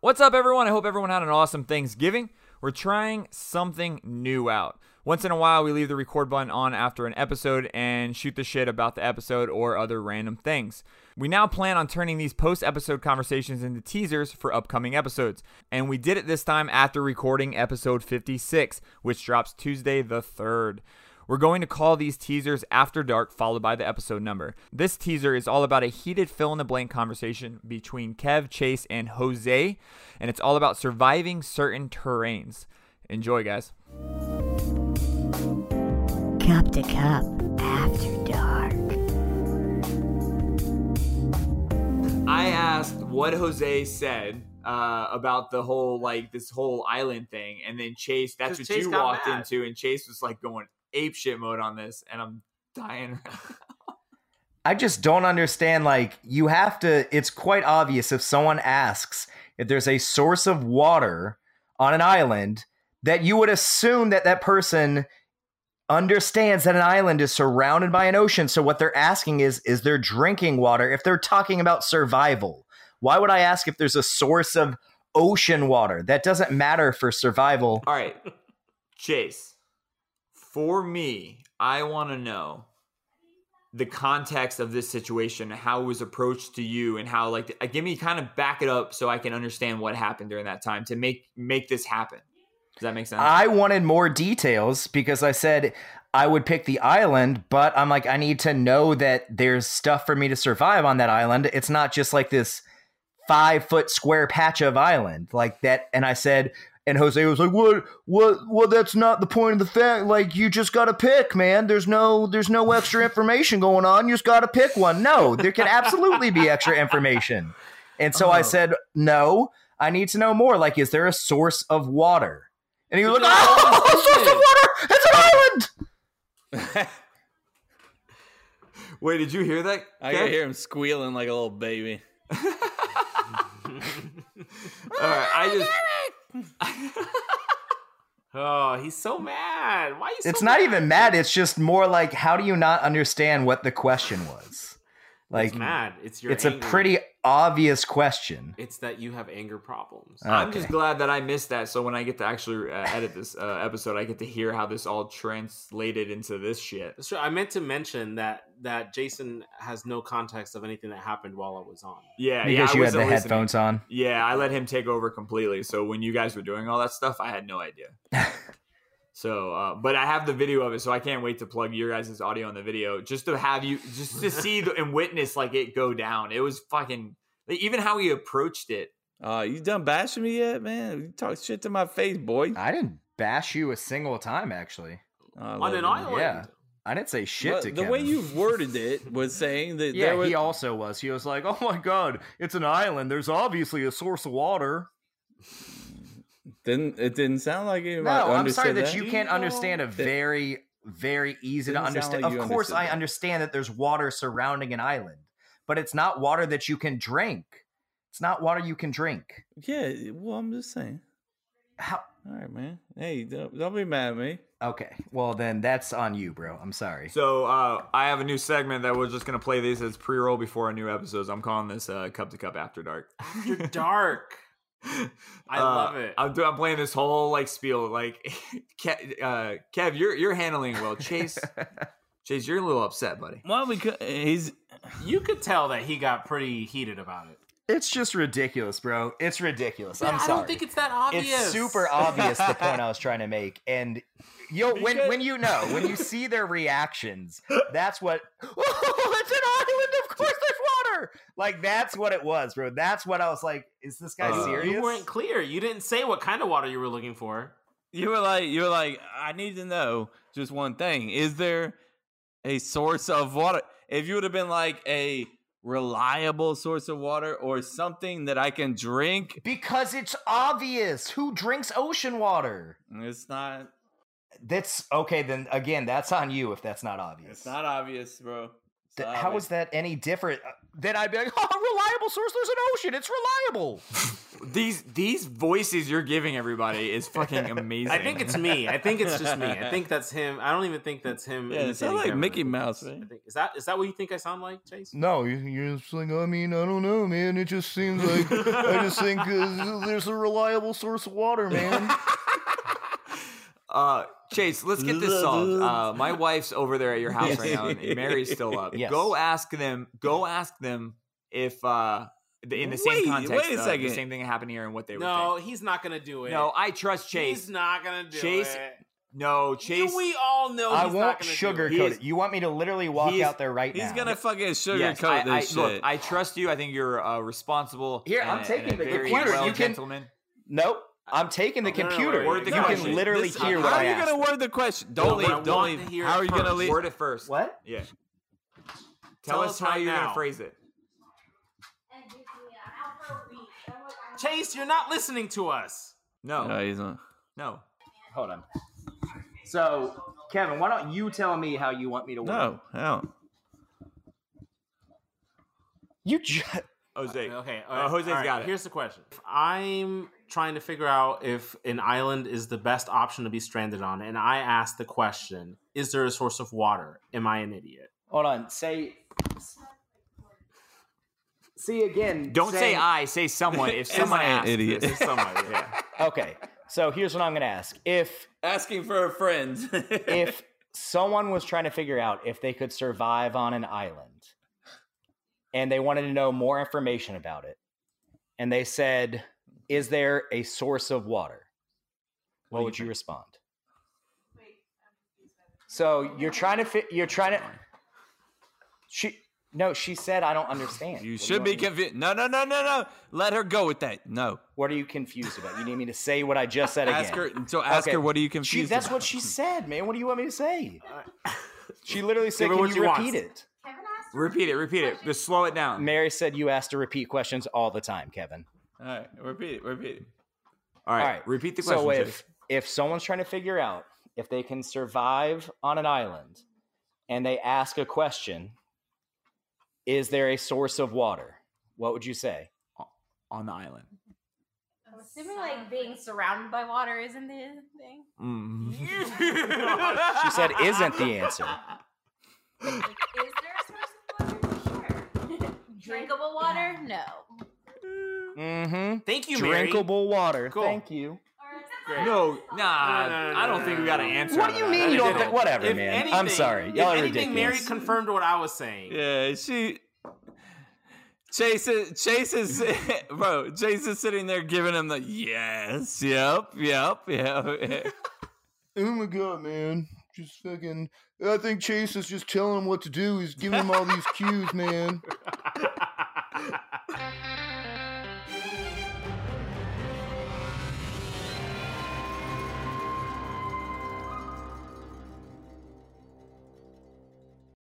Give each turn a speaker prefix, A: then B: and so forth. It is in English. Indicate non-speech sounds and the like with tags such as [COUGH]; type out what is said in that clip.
A: What's up, everyone? I hope everyone had an awesome Thanksgiving. We're trying something new out. Once in a while, we leave the record button on after an episode and shoot the shit about the episode or other random things. We now plan on turning these post episode conversations into teasers for upcoming episodes. And we did it this time after recording episode 56, which drops Tuesday the 3rd. We're going to call these teasers After Dark, followed by the episode number. This teaser is all about a heated fill in the blank conversation between Kev, Chase, and Jose, and it's all about surviving certain terrains. Enjoy, guys.
B: Cup to cup after dark.
A: I asked what Jose said uh, about the whole, like, this whole island thing, and then Chase, that's
C: 'Cause
A: what
C: Chase
A: you
C: got
A: walked
C: mad.
A: into, and Chase was, like, going apeshit mode on this, and I'm dying. [LAUGHS]
D: I just don't understand. Like, you have to, it's quite obvious if someone asks if there's a source of water on an island that you would assume that that person understands that an island is surrounded by an ocean. So, what they're asking is, is there drinking water if they're talking about survival? Why would I ask if there's a source of ocean water? That doesn't matter for survival.
A: All right, Chase. For me, I want to know the context of this situation, how it was approached to you, and how like uh, give me kind of back it up so I can understand what happened during that time to make make this happen. Does that make sense?
D: I wanted more details because I said I would pick the island, but I'm like, I need to know that there's stuff for me to survive on that island. It's not just like this five foot square patch of island like that. And I said, and Jose was like, "What? What? Well, that's not the point of the fact. Like, you just got to pick, man. There's no, there's no extra information going on. You just got to pick one. No, there can absolutely be extra information." And so I
A: Oh.
D: said, "No, I need to know more. Like, is there a source of water?" And he was
C: But
D: like,
C: there's
D: "Oh,
C: always
D: source of
C: been."
D: water! It's an island."
A: Wait, did you hear that?
E: I
A: Kev?
E: could hear him squealing like a little baby.
A: All right,
D: [LAUGHS]
A: I just.
C: Oh, he's so mad. Why are you so
D: It's not
C: mad?
D: even mad. It's just more like, how do you not understand what the question was? Like,
C: it's mad. It's your
D: it's
C: anger.
D: a pretty obvious question.
C: It's that you have anger problems.
D: Uh,
A: I'm
D: Okay.
A: just glad that I missed that. So when I get to actually uh, edit this uh, episode, I get to hear how this all translated into this shit.
C: That's true. I meant to mention that that Jason has no context of anything that happened while I was on.
A: Yeah, yeah,
D: because
A: I
D: you had
A: wasn't
D: the
A: listening.
D: headphones on.
A: Yeah, I let him take over completely. So when you guys were doing all that stuff, I had no idea. so, uh, but I have the video of it, so I can't wait to plug your guys' audio on the video just to have you just to see the, and witness like it go down. It was fucking like, even how he approached it.
E: Uh, you done bashing me yet, man? You talk shit to my face, boy.
D: I didn't bash you a single time, actually.
E: I love
C: On an
E: you.
C: island.
D: Yeah. I didn't say shit
E: But
D: to
E: the
D: Kevin.
E: way you worded it was saying that
D: Yeah,
E: there was
D: he also was. He was like, "Oh my god, it's an island. There's obviously a source of water."
E: didn't it didn't sound like
D: No,
E: anybody
D: I'm
E: understood
D: sorry that,
E: that
D: you
C: Do
D: can't
C: you
D: understand a
E: know that-
D: very, very easy to
E: Didn't sound
D: understand.
E: like
D: of
E: you
D: course,
E: understood
D: I
E: that.
D: understand that there's water surrounding an island, but it's not water that you can drink. It's not water you can drink.
E: Yeah, well, I'm just saying.
D: How?
E: All right, man. Hey, don't, don't be mad at me.
D: Okay, well then that's on you, bro. I'm sorry.
A: So uh, I have a new segment that we're just gonna play these as pre-roll before our new episodes. I'm calling this uh, Cup to Cup After Dark.
C: You're dark. I
E: Uh,
C: love it.
A: Uh, I'm, do- I'm playing this whole like spiel. Like, [LAUGHS] Kev, uh, Kev, you're you're handling it well.
C: [LAUGHS]
A: Chase, Chase, you're a little upset, buddy.
E: Well, because he's
C: You could tell that he got pretty heated about it.
D: it's just ridiculous, bro. It's ridiculous. I'm
C: I
D: sorry.
C: don't think it's that obvious. Uh,
D: It's super obvious the point I was trying to make, and you will when when you know when you see their reactions, that's what. [LAUGHS] Oh, it's an island. Of course, there's water. Like that's what it was, bro. That's what I was like. Is this guy
E: Uh,
D: serious?
C: You weren't clear. You didn't say what kind of water you were looking for.
E: you were like you were like I need to know just one thing. Is there a source of water? If you would have been like a reliable source of water or something that I can drink,
D: because it's obvious. Who drinks ocean water?
E: it's not.
D: That's okay. Then again, that's on you if that's not obvious.
E: It's not obvious, bro.
D: Th-
E: Sorry.
D: how is that any different? Uh, Then I'd be like, [LAUGHS] oh, reliable source. There's an ocean. It's reliable.
A: These these voices you're giving everybody is fucking amazing.
C: [LAUGHS] I think it's me. I think it's just me.
D: [LAUGHS]
C: I think that's him. I don't even think that's him.
E: Yeah, it
C: imitating
E: sounds like
C: Cameron.
E: Mickey Mouse.
C: I think, is that is that what you think I sound like,
D: [LAUGHS]
C: Chase?
D: No, you- you're just like, I mean, I don't know, man. It just seems like I just think uh, there's a reliable source of
C: [LAUGHS]
D: water, man.
A: Uh, Chase, let's get this solved. Uh,
C: [LAUGHS]
A: my wife's over there at your house right now, and Mary's still up.
D: Yes.
A: Go ask them. Go ask them if uh, the, in the same
E: Wait,
A: context.
E: wait a
A: uh,
E: second.
A: The same thing happened here and what [LAUGHS] they
C: No,
A: were.
C: he's not gonna do it.
A: No, I trust Chase.
C: He's not gonna do
A: Chase-
C: it.
A: no, Chase.
C: You- we all know.
D: I
C: he's
D: won't
C: not gonna do
D: sugarcoat
A: He's-
D: it. You want me to literally walk
A: he's-
D: out there right
E: He's
D: now?
E: gonna fucking sugarcoat
A: Yes, I, I,
E: this shit.
A: Look, I trust you. I think you're uh, responsible.
D: Here,
A: and
D: I'm
A: a-
D: taking
A: and a
D: the
A: very
D: computer.
A: well
D: You can-
A: gentleman.
D: Nope. I'm taking the
C: No, no, no,
D: computer.
C: wait, word the
D: you
C: question.
D: can literally
C: This-
D: hear
E: how
D: what
E: are
D: I
E: you
D: asked.
E: gonna word the question?
C: No,
E: Don't
C: but I
E: leave. Don't
C: want to
E: leave.
C: hear
E: How
C: it
E: are you gonna
C: first.
E: leave?
A: Word it first.
D: What?
A: Yeah. Tell,
C: Tell
A: us
C: us
A: how
C: right
A: you're gonna
C: now.
A: phrase it.
C: it. Chase, you're not listening to us.
A: No.
E: No, he's not.
A: No.
D: Hold on. So, Kevin, why don't you tell me how you want me to work?
E: No, hell.
D: You just.
A: Jose.
C: Okay, all
A: Uh, Jose's
C: all
A: got it.
C: Here's the question: I'm trying to figure out if an island is the best option to be stranded on, and I asked the question: Is there a source of water? Am I an idiot?
A: [LAUGHS]
D: Hold on. Say. See again.
A: Don't say
D: I.
A: I. Say
D: [LAUGHS]
A: someone. If
E: Am
A: someone
E: I an
A: asks
E: idiot?
A: this, it's someone. Yeah.
D: Okay. So here's what I'm going to ask. If
E: Asking for a friend. [LAUGHS]
D: if someone was trying to figure out if they could survive on an island and they wanted to know more information about it and they said, "Is there a source of water?" What, would you respond? So you're trying to fit you're trying to She No, she said I don't understand.
E: you
D: What do
E: should
D: want
E: be
D: me to-
E: confused. No, no, no, no, no. Let her go with that. No.
D: What are you confused about? You need me to say what I just said again.
E: Ask her. So ask
D: Okay.
E: her. What are you
D: She,
E: confused?
D: that's
E: about?
D: what she said, man. What do you want me to say? She literally said,
C: Give her
D: "Can
C: what
D: you
C: she wants."
D: repeat it?"
A: Repeat it. Repeat it. Just slow it down.
D: Mary said, "You asked to repeat questions all the time, Kevin."
E: [LAUGHS] All right. Repeat it. Repeat it.
A: All right.
D: All right,
A: Repeat the question.
D: So
A: Jose.
D: if if someone's trying to figure out if they can survive on an island, and they ask a question, "Is there a source of water?" What would you say?
A: on the island.
F: I'm assuming like being surrounded by water isn't the thing.
A: Mm.
D: She said, "Isn't the
C: [LAUGHS]
D: answer."
F: Like, is there a source of water? [LAUGHS] Sure. Drinkable water? No.
D: Mm-hmm.
C: Thank you, Mary.
D: Drinkable water.
C: Cool.
D: Thank you.
C: Great.
A: No, nah.
C: No, no, no,
A: I don't
C: no,
A: think we
C: no,
A: got an
C: no.
A: answer.
D: What do
A: out
D: you
A: of that.
D: mean you
A: That
D: don't?
A: didn't
D: Think, whatever,
C: If
D: man.
C: anything-
D: I'm sorry.
C: if
D: Y'all are
C: anything, Mary
D: ridiculous.
C: confirmed what I was saying.
E: Yeah. She. Chase is, Chase is,
D: [LAUGHS]
E: [LAUGHS] bro. Chase is sitting there giving him the yes, yep, yep, yep.
G: Oh my god, man. Just fucking. I think Chase is just telling him what to do. He's giving him all these cues, man.